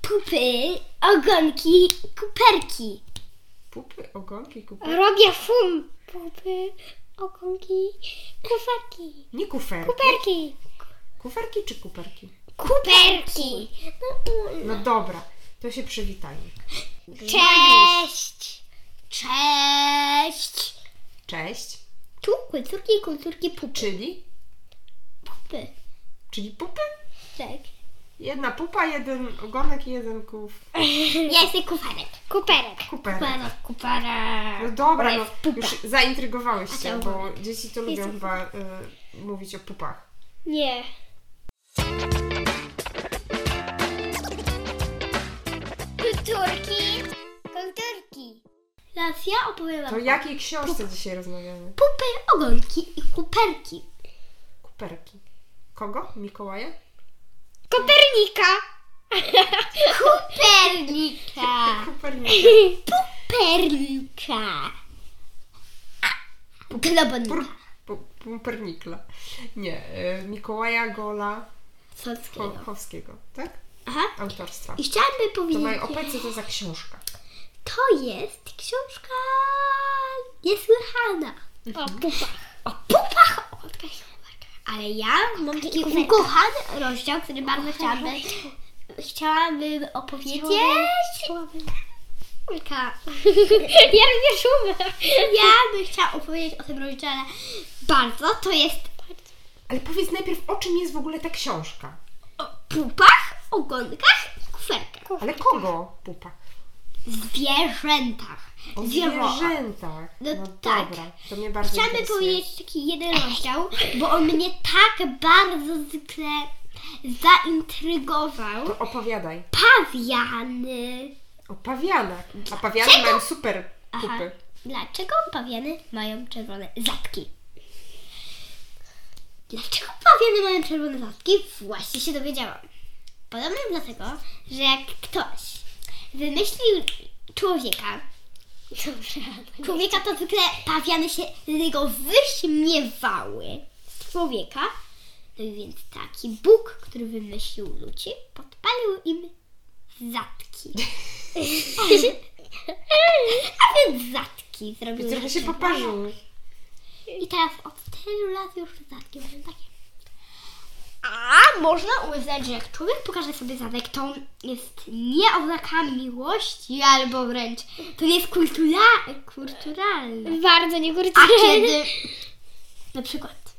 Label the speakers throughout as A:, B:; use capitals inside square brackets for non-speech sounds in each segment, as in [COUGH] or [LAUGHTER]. A: pupy, ogonki, kuperki.
B: Pupy, ogonki, kupy.
C: Robię fum. Pupy, ogonki, kuferki.
B: Nie kuferki.
C: Kuperki.
B: Kuferki czy kuperki?
A: Kuperki.
B: No dobra, to się przywitajmy.
C: Cześć.
A: Cześć.
B: Cześć,
A: Tu kulturki, kulturki, pupy.
B: czyli?
A: Pupy.
B: Czyli pupy?
A: Tak.
B: Jedna pupa, jeden ogonek i jeden kuf...
A: Ja jestem kuferek.
C: Kuperek.
B: kuperek.
A: Kuperek, kuperek.
B: No dobra,
A: To
B: no,
A: jest pupa.
B: już zaintrygowałeś się,
A: A to
B: bo dzieci to lubią
A: Jestem
B: chyba y, mówić o pupach.
C: Nie.
A: Kulturki, kulturki. Teraz ja opowiem wam
B: To o jakiej książce dzisiaj rozmawiamy?
A: pupy, ogonki i kuperki.
B: Kuperki. Kogo? Mikołaja?
A: [LAUGHS]
C: Kopernika.
A: Kupernika.
B: Kupernika.
A: Pernika. Globon.
B: Pur, pu, pupernikla. Nie, y, Mikołaja Gola
A: Solskiego.
B: Chodkowskiego, tak?
A: Aha.
B: Autorstwa.
A: I chciałabym
B: To moje
A: powiedzieć,
B: OP, co to za książka?
A: to jest książka niesłychana.
C: O pupach.
A: O pupach o tych łakach. Ale ja mam taki
C: kuferka.
A: ukochany rozdział, który bardzo chciałabym, chciałabym opowiedzieć. [LAUGHS] Kulka.
C: Ja robię szumę.
A: Ja bym chciała opowiedzieć o tym rozdziale bardzo. To jest
B: Ale powiedz najpierw, o czym jest w ogóle ta książka?
A: o pupach, ogonkach i kuferkach.
B: Ale kogo pupa?
A: Zwierzętach.
B: O
A: Zwierzętach.
B: zwierzętach.
A: No tak.
B: dobra, to mnie bardzo
A: Chciałabym
B: interesuje.
A: powiedzieć taki jeden rozdział, bo on mnie tak bardzo zwykle zaintrygował.
B: To opowiadaj.
A: Pawiany.
B: O pawianach. A pawiany mają super
A: Aha.
B: pupy.
A: Dlaczego pawiany mają czerwone zatki? Dlaczego pawiany mają czerwone zatki? Właśnie się dowiedziałam. Podobno dlatego, że jak ktoś wymyślił człowieka, człowieka to zwykle pawiany się z niego wyśmiewały z człowieka. No i więc taki Bóg, który wymyślił ludzi, podpalił im
B: [LAUGHS]
A: zatki. [LAUGHS] A więc zatki
B: I
A: zrobiły.
B: trochę się
A: czerwone.
B: poparzyły.
A: I teraz od tylu lat już zatki będą takie. A można uznać, że jak człowiek pokaże sobie zadek, to on jest nie oznaka miłości albo wręcz to nie jest kultura, kulturalne.
C: Bardzo nie
A: [LAUGHS] A
C: [LAUGHS]
A: kiedy na przykład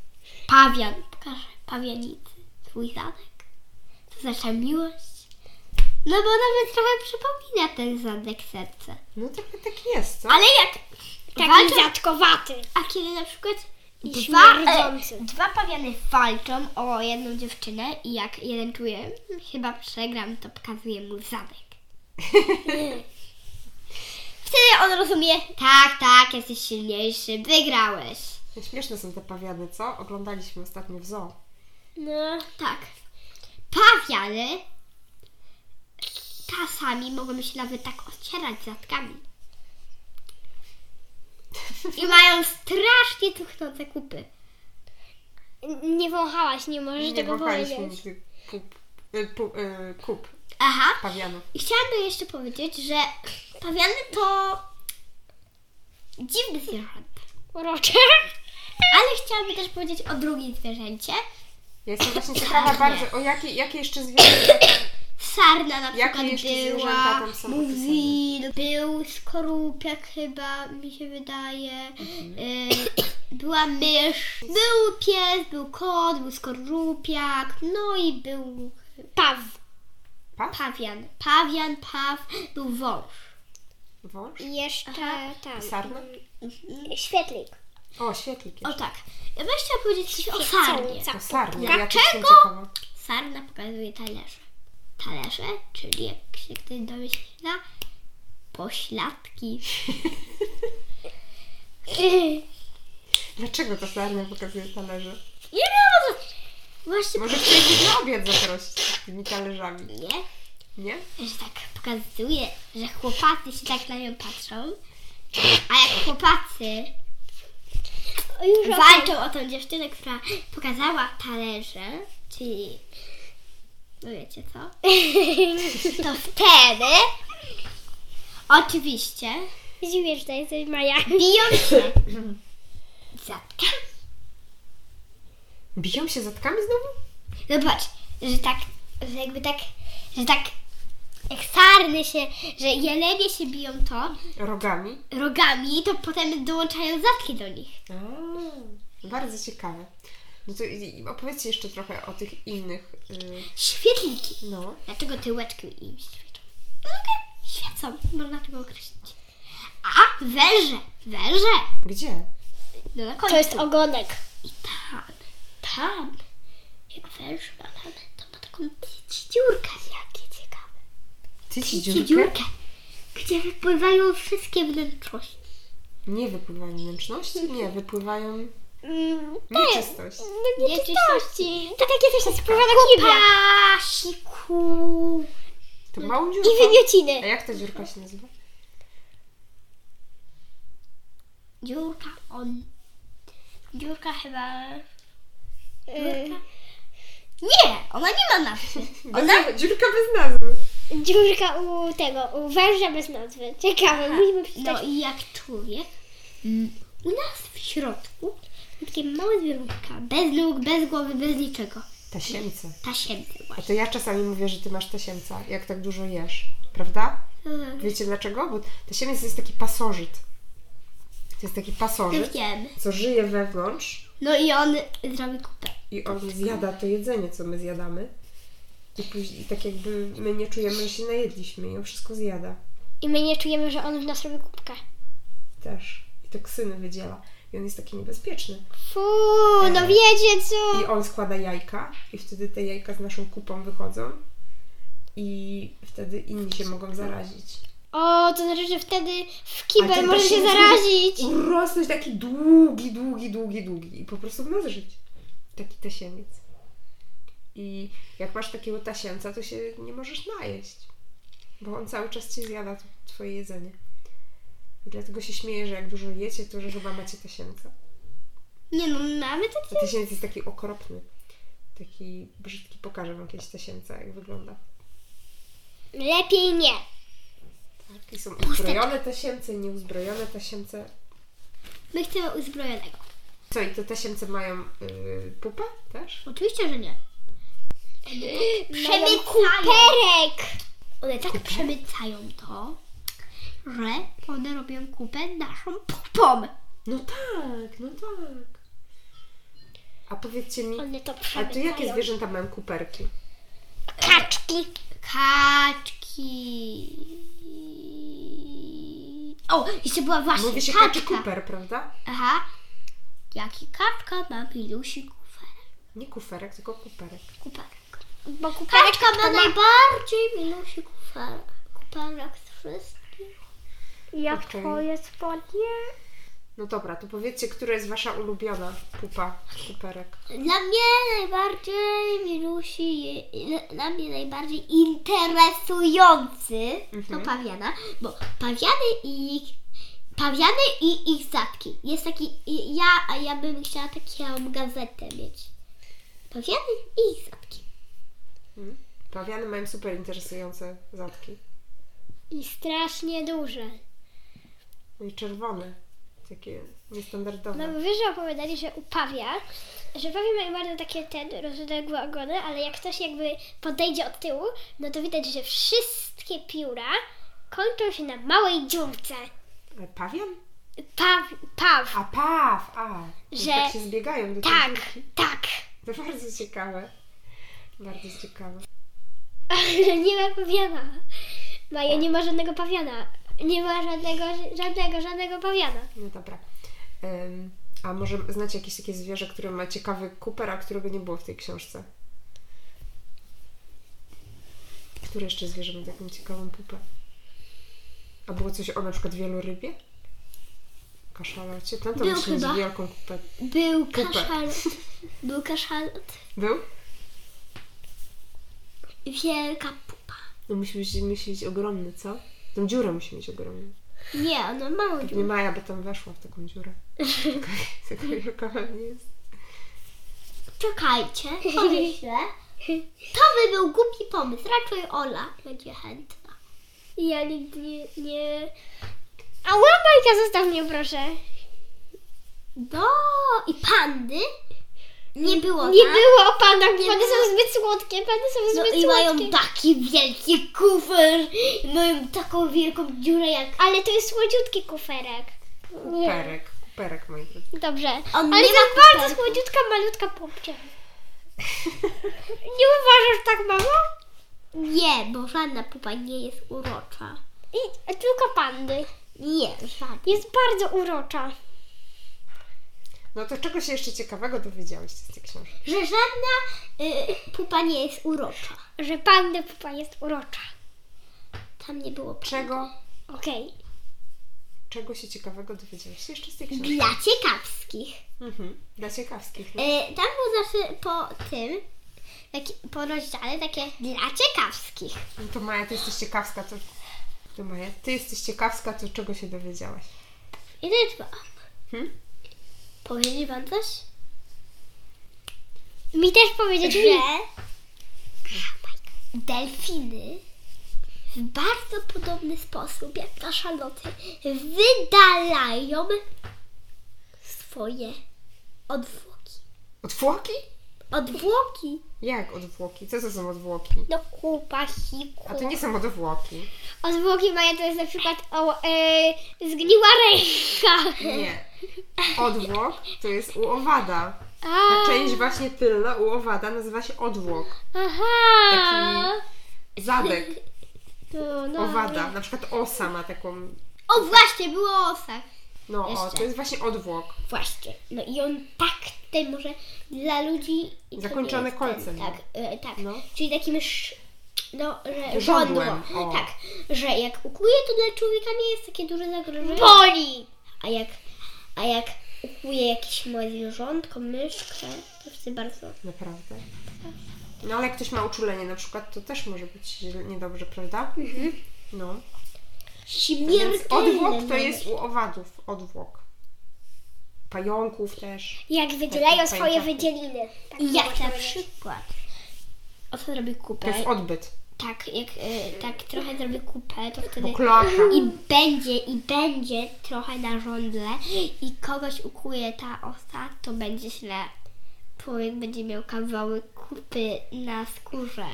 A: pawian pokaże pawianicy swój zadek, to znaczy miłość. No bo nawet trochę przypomina ten zadek serce.
B: No trochę tak jest, [LAUGHS] co?
A: Ale jak
C: Taki
A: walczą,
C: Tak dziadkowaty.
A: a kiedy na przykład
C: I
A: dwa, e,
C: śmierdzący.
A: dwa pawiany walczą o jedną dziewczynę i jak jeden czuje, "Hmm, chyba przegram, to pokazuje mu zadek. Wtedy on rozumie, tak, tak, jesteś silniejszy, wygrałeś.
B: Śmieszne są te pawiany, co? Oglądaliśmy ostatnio w zoo.
A: No. Tak. Pawiany czasami mogą się nawet tak ocierać zatkami. I mają strasznie cuchnące kupy.
C: Nie wąchałaś, nie możesz
B: Nie
C: tego
B: wąchaliśmy
C: powiedzieć.
B: nigdy pup, y, pu, y, kup
A: Aha.
B: pawianów.
A: I chciałabym jeszcze powiedzieć, że pawiany to dziwny zwierzęta.
C: Urocze.
A: Ale chciałabym też powiedzieć o drugim zwierzęcie.
B: Ja jestem właśnie ciekawa bardzo, o jakie, jakie jeszcze zwierzęta.
A: Sarna na
B: Jakie
A: przykład
B: jeszcze zwierzęta
A: była,
B: tam są
A: mówil, był skorupiak chyba, mi się wydaje,
B: Mhm.
A: y, była mysz, był pies, był kot, był skorupiak, no i był
C: Paw.
B: Paw?
A: pawian, pawian, paw, był wąż.
B: Wąż?
C: I jeszcze tam.
B: Sarna?
C: Świetlik.
B: O, świetlik.
A: O tak, ja bym chciała powiedzieć coś o sarnie.
C: Sarnie.
B: O, sarna. Ja też jestem
A: Dlaczego?
B: ciekawa.
A: Sarna pokazuje talerze. Talerze, czyli jak się ktoś domyśla, pośladki. [LAUGHS]
B: Dlaczego ta sarna pokazuje talerze?
A: Nie wiem, o co- Właśnie
B: Może chcesz ich na obiad zaprosić z tymi talerzami,
A: nie,
B: nie?
A: że tak pokazuje, że chłopacy się tak na nią patrzą, a jak chłopacy
C: Już
A: walczą o tą dziewczynę, która pokazała talerze, czyli No wiecie co? To wtedy oczywiście
C: Dziwię, że to jesteś Maja.
A: biją się zatka.
B: Biją się zatkami znowu?
A: Zobacz, że tak, że jakby tak, że tak jak sarny się, że jelenie się biją to
B: Rogami.
A: rogami, to potem dołączają zatki do nich.
B: A, bardzo ciekawe. No to i- i opowiedzcie jeszcze trochę o tych innych. y,
A: Świetliki.
B: No.
A: Dlaczego tyłeczkiem im świeczą? No tak, świecą, można tego określić. A węże, węże.
B: Gdzie?
A: No na końcu.
C: To jest ogonek.
A: I tam, tam, jak węż ma tam, to ma taką ci- dziurkę. Jakie ciekawe.
B: Ty ci
A: Ci
B: dziurkę?
A: dziurkę, gdzie wypływają wszystkie wnętrzności.
B: Nie wypływają wnętrzności? Nie, wypływają
C: Mm,
B: nieczystość.
C: no nie Tak,
A: Nieczystości.
C: To takie coś jest spływa na kibla.
A: Kupa, siku.
B: To małą dziurkę.
C: I wymiociny.
B: A jak ta dziurka się nazywa?
A: Dziurka on. Dziurka chyba...
C: Y,
A: Yy, Nie, ona nie ma nazwy. Ona?
B: Bez, dziurka bez nazwy.
C: Mm, Dziurka u tego, u węża bez nazwy. Ciekawe, musimy przeczytać.
A: No i jak człowiek, mm, u nas w środku takie małe zwierzątka, bez nóg, bez głowy, bez niczego.
B: Tasiemce.
A: Tasiemce
B: A
A: właśnie.
B: to ja czasami mówię, że ty masz tasiemca, jak tak dużo jesz. Prawda? Wiecie dlaczego? Bo tasiemiec jest taki pasożyt. To jest taki
A: To
B: pasożyt,
A: wiem.
B: co żyje wewnątrz
A: No i on zrobi kupę.
B: i on zjada to jedzenie, co my zjadamy. I później i tak jakby my nie czujemy, że się najedliśmy i on wszystko zjada
C: I my nie czujemy, że on w nas robi kubkę.
B: też. I toksyny wydziela. I on jest taki niebezpieczny.
C: Fuu, no wiecie co?
B: I on składa jajka i wtedy te jajka z naszą kupą wychodzą i wtedy inni się mogą zarazić.
C: O, to znaczy, że wtedy w
B: A ten
C: kibel może się
B: tasiemiec
C: zarazić.
B: może Urosnąć taki długi, długi, długi, długi i po prostu w nas żyć. Taki tasiemiec. I jak masz takiego tasiemca, to się nie możesz najeść, bo on cały czas ci zjada t- twoje jedzenie. I dlatego się śmieję, że jak dużo jecie, to że chyba macie tasiemca.
A: Nie no, mamy to
B: A tysięc jest taki okropny. Taki brzydki. Pokażę wam kiedyś tysięca, jak wygląda.
C: Lepiej nie.
B: Takie Tak, są uzbrojone tysięce, nieuzbrojone tysięce.
A: My chcemy uzbrojonego.
B: Co, i te tysięce mają yy, pupę też?
A: Oczywiście, że nie.
C: Mają
A: Przemycają.
C: kuperek.
A: One tak przemycają to, że one robią kupę naszą pupą.
B: No tak, no tak. A powiedzcie mi,
C: One
B: a
C: to
B: tu jakie
C: przemycają.
B: zwierzęta mają kuperki?
C: Kaczki.
A: Kaczki. O, jeszcze była właśnie
B: Mówi się
A: kaczka.
B: kaczy kuper, prawda?
A: Aha. Jaki kaczka ma pilusi kuferek?
B: Nie kuferek, tylko kuperek.
A: kuperek.
C: Bo kuperek
A: Kaczka ma
C: to ma...
A: najbardziej pilusi kuferek. Kuperek z wszystkich.
C: Jak
B: Okej.
C: twoje spodnie?
B: No dobra, to powiedzcie, która jest wasza ulubiona pupa kuperek?
A: Dla mnie najbardziej milusi, dla mnie najbardziej interesujący to pawiana, bo pawiany i ich, pawiany i ich zatki. Jest taki, i ja, a ja bym chciała taką gazetę mieć. Pawiany i ich zatki.
B: Hmm? Pawiany mają super interesujące zatki.
C: I strasznie duże.
B: No i czerwone. Takie
C: No
B: niestandardowe.
C: bo wiesz, że opowiadali, że upawia, że pawie mają bardzo takie ten rozległe ogony, ale jak ktoś jakby podejdzie od tyłu, no to widać, że wszystkie pióra kończą się na małej dziurce.
B: Ale pawian?
C: Paw, paw,
B: A paw! A! I
C: Że-
B: Tak się zbiegają do tej
C: tak,
B: dziurki.
C: tak.
B: [LAUGHS] To bardzo ciekawe. Bardzo ciekawe.
C: Ale nie ma pawiana. Maja nie ma żadnego pawiana. Nie ma żadnego, żadnego, żadnego pawiana.
B: No dobra. Em, a może znacie jakieś takie zwierzę, które ma ciekawy kuper, a którego nie było w tej książce? Które jeszcze zwierzę ma taką ciekawą pupę? A było coś o na przykład wielorybie? Kaszalocie? Ten to
A: Był
B: musi mieć
A: chyba.
B: wielką kupę.
A: Był
B: Kuper.
A: kaszalot, był kaszalot,
B: Był?
A: wielka pupa.
B: No musi być, musi być ogromny, co? Tą dziurę musi mieć ogromną.
A: Nie, ona mało
B: Nie Maja by tam weszła w taką
A: [LAUGHS]
B: dziurę. Taka wielka nie jest.
A: Czekajcie, pomyślę. To by był głupi pomysł. Raczej Ola będzie chętna.
C: Ja nigdy nie... nie... A łapajka zostaw mnie, proszę.
A: No i pandy? Nie było
C: Nie
A: tak?
C: było o panach, bo
A: Nie
C: pany są
A: było.
C: zbyt słodkie, pany są
A: No
C: zbyt
A: i mają
C: słodkie.
A: taki wielki kufer. Mają taką wielką dziurę jak...
C: Ale to jest słodziutki kuferek.
B: Kuperek, kuperek moi drodzy.
C: Dobrze.
A: On
C: Ale
A: nie
C: to
A: ma
C: jest bardzo
A: kuferku.
C: słodziutka, malutka
A: [LAUGHS]
C: popcia. Nie uważasz tak, mamo?
A: Nie, bo żadna pupa nie jest urocza.
C: I tylko pandy.
A: Nie, żadna.
C: Jest bardzo urocza.
B: No to czego się jeszcze ciekawego dowiedziałyście z tej książki?
A: Że żadna y, pupa nie jest urocza.
C: Że pandy pupa jest urocza.
A: Tam nie było pandy.
B: Czego,
C: Okej.
B: czego się ciekawego dowiedziałyście jeszcze z tej książki?
A: Dla ciekawskich.
B: Mhm. Dla ciekawskich. No.
A: Y, tam było zawsze po tym, taki, po rozdziale takie dla ciekawskich.
B: no to Maja, ty jesteś ciekawska, to... To Maja, ty jesteś ciekawska, to czego się dowiedziałaś?
A: I to dwa.
B: Hmm?
A: Powiedzieć wam coś?
C: Mi też powiedzieć,
A: Że
C: że...
A: delfiny w bardzo podobny sposób jak na szaloty wydalają swoje odwłoki.
B: Odwłoki?
A: Odwłoki?
B: Jak odwłoki? Co to są odwłoki?
C: No kupa, hiku.
B: A to nie są odwłoki.
C: Odwłoki Maja to jest na przykład o, e, zgniła ręka.
B: Nie. Odwłok to jest u owada.
C: A,
B: Ta część właśnie tylna u owada nazywa się odwłok.
C: aha.
B: Zadek
C: No, no.
B: owada. Na przykład osa ma taką...
A: O właśnie, było osa.
B: No, o,
A: Jeszcze.
B: to jest właśnie odwłok.
A: Właśnie. No i on tak ten może dla ludzi... i to
B: Zakończone
A: nie jest
B: kolcem, no.
A: Tak, e, tak.
B: No.
A: Czyli takim sz... No, że
B: Żądłem,
A: żądło.
B: o.
A: Tak, że jak ukuje, to dla człowieka nie jest takie duże zagrożenie.
C: Boli.
A: A jak, a jak ukuje jakieś małe zwierzątko, myszkę, to wtedy bardzo...
B: Naprawdę. No, ale jak ktoś ma uczulenie na przykład, to też może być źle- niedobrze, prawda?
C: Mhm.
B: No. Więc
C: no,
A: Śmiertelne
B: odwłok to
A: nawet.
B: jest u owadów. Odwłok. Pająków też.
C: Jak wydzielają
B: Taki
C: swoje
B: pękatny.
C: wydzieliny. Tak
A: I
C: można
A: jak na
C: powiedzieć.
A: przykład... Osa zrobi
B: To
A: kupę.
B: jest odbyt.
A: Tak, jak y, tak trochę zrobi kupę, to wtedy...
B: Bo kloaka.
A: I będzie, i będzie trochę na żądle i kogoś ukuje ta osa, to będzie źle. Człowiek będzie miał kawałek kupy na skórze.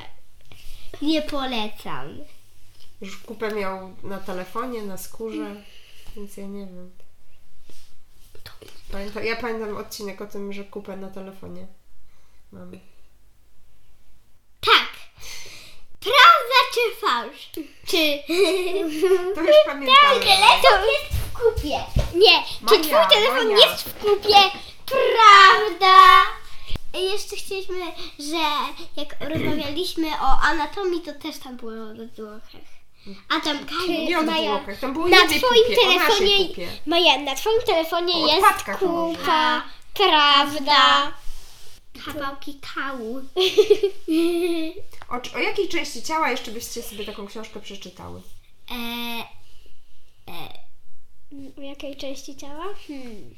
A: Nie polecam.
B: Już kupę miał na telefonie, na skórze, więc ja nie wiem. Pamiętam, ja pamiętam odcinek o tym, że kupę na telefonie mamy.
A: Tak. Prawda czy fałsz? Czy
B: To już
C: Tak,
B: pamiętam.
A: telefon jest w kupie?
C: Nie, czy
B: Monia,
C: twój telefon
B: Monia.
C: jest w kupie?
A: Prawda. Jeszcze chcieliśmy, że jak rozmawialiśmy o anatomii, to też tam było o odwłokach. A tam
B: Nie o
A: każdy Maja-
B: dwóch, tam było
C: Na
B: jednej
C: twoim
B: kupie, o naszej
C: telefonie...
B: kupie.
C: Maja, na twoim telefonie
B: O
C: jest
B: odpadkach mówię.
C: kupa. Prawda.
A: kawałki kału.
B: O, czy- o jakiej części ciała jeszcze byście sobie taką książkę przeczytały?
A: E,
C: W jakiej części ciała?
A: hmm.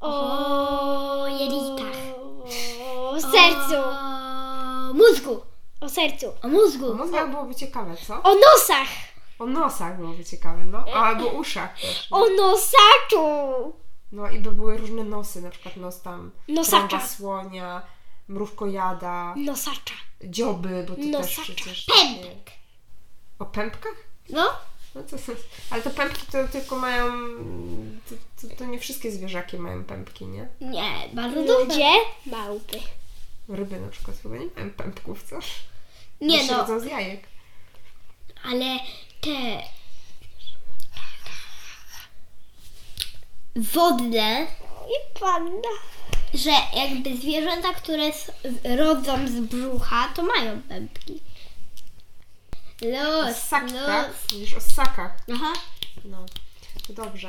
C: O
A: jelitach.
C: O sercu.
A: O mózgu.
C: O sercu.
A: O
B: O
A: mózgu.
B: mózgach byłoby ciekawe, co?
C: O nosach.
B: O nosach byłoby ciekawe, no. A, albo uszach też.
C: O nosaczu.
B: No i by były różne nosy, na przykład nos tam
C: Nosacza.
B: trąba słonia, mrówkojada,
C: Nosacza.
B: dzioby, bo to
C: Nosacza.
B: też przecież...
A: Pępek.
B: O pępkach?
A: No.
B: No to, [LAUGHS] ale to pępki to tylko mają. To, to, to nie wszystkie zwierzaki mają pępki, nie?
A: Nie, bardzo dużo.
C: Ludzie. Małpy.
B: Ryby na przykład chyba nie mają pępków, co? Bo
A: Nie
B: się
A: no,
B: rodzą z jajek.
A: ale te... Wodne,
C: I panda.
A: że jakby zwierzęta, które s- rodzą z brzucha, to mają pępki. Los,
B: Ssaki, tak?
A: los.
B: Mówisz o ssakach.
A: Aha.
B: No, to dobrze.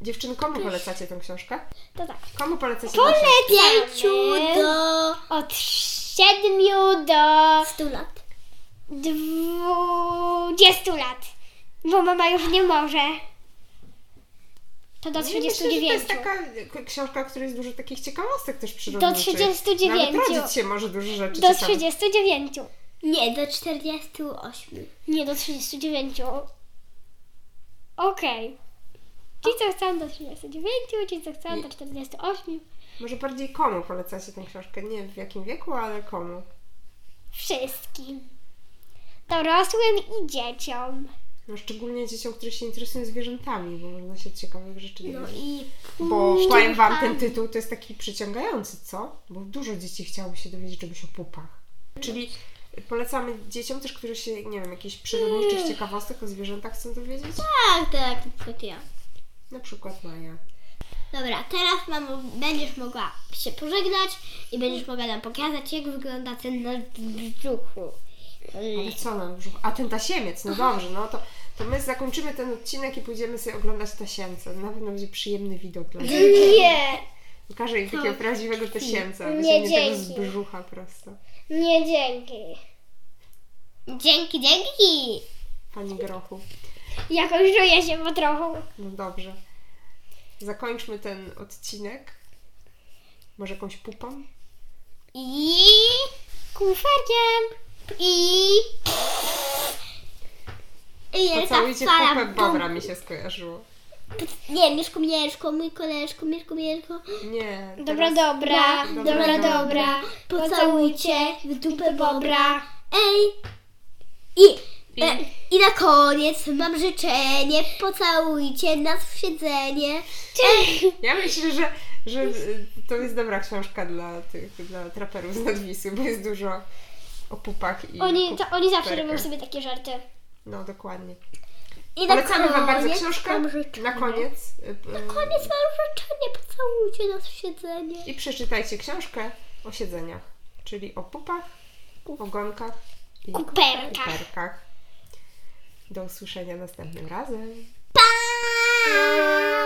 B: Dziewczyny, komu polecacie tę książkę?
C: To tak.
B: Komu polecacie tę książkę?
A: Pięciu
C: Polecamy
A: do
C: od siedmiu do
A: stu lat.
C: dwudziestu lat. Bo mama już nie może. To do
B: Nie, myślę, że to
C: 39.
B: jest taka k- książka, w której jest dużo takich ciekawostek też przyrodniczych.
C: Do 39.
B: Nawet rodzić się może dużo rzeczy
C: Do
B: czasami.
C: 39.
A: Nie, do 48.
C: Nie, do 39. Okej. Ci co chcą do 39, ci co chcą do 48.
B: Może bardziej komu polecacie tę książkę? Nie w jakim wieku, ale komu.
C: Wszystkim. Dorosłym i dzieciom.
B: No szczególnie dzieciom, które się interesują zwierzętami, bo można się ciekawych rzeczy
A: No
B: dowiedzieć.
A: i
B: Bo powiem wam, ten
A: pupami.
B: tytuł to jest taki przyciągający, co? Bo dużo dzieci chciałoby się dowiedzieć czegoś o pupach. Czyli polecamy dzieciom też, które się, nie wiem, jakichś przyrodniczych ciekawostek o zwierzętach chcą dowiedzieć?
A: Tak, tak, na przykład ja.
B: Na przykład Maja.
A: Dobra, teraz mamo, będziesz mogła się pożegnać i będziesz mogła nam pokazać, jak wygląda ten nasz brzuchu. Y,
B: Ale co nam brzuch? A ten tasiemiec, no dobrze, no to, to my zakończymy ten odcinek i pójdziemy sobie oglądać tasiemce. Na pewno będzie przyjemny widok dla nich.
C: Nie!
B: Pokażę im takiego prawdziwego tasiemca,
C: Tak. Nie,
B: wyciągniętego z
C: dzięki.
B: brzucha prosto.
C: Nie dzięki.
A: Dzięki, dzięki!
B: Pani Grochu.
C: Jakoś czuję się po trochu.
B: No dobrze. Zakończmy ten odcinek. Może jakąś pupą?
A: I...
C: Kuferkiem.
A: I... I
B: Pocałujcie
A: fala
B: pupę
A: bum.
B: Bobra mi się skojarzyło.
A: Nie, Mieszko, Mieszko, mój koleżko, Mieszko, Mieszko.
B: Nie.
C: Dobra,
B: teraz-
C: dobra,
B: Dobra,
C: dobra,
B: dobra.
C: dobra.
A: Pocałujcie w dupę Bobra. Ej! I...
B: I-
A: E, I na koniec mam życzenie, pocałujcie nas w siedzenie.
B: Ja myślę, że, że y, to jest dobra książka dla tych, dla traperów z Nadwisły, bo jest dużo o pupach i
C: Oni, to, oni zawsze
B: kuferkach.
C: robią sobie takie żarty.
B: No, dokładnie.
A: I na
B: Polecamy Wam bardzo
A: koniec
B: książkę.
A: mam życzenie.
B: Na koniec. y, y,
A: Koniec mam życzenie, pocałujcie nas w siedzenie.
B: I przeczytajcie książkę o siedzeniach, czyli o pupach, ogonkach i
C: Kuperkach.
B: kuperkach. Do usłyszenia następnym razem.
A: Pa!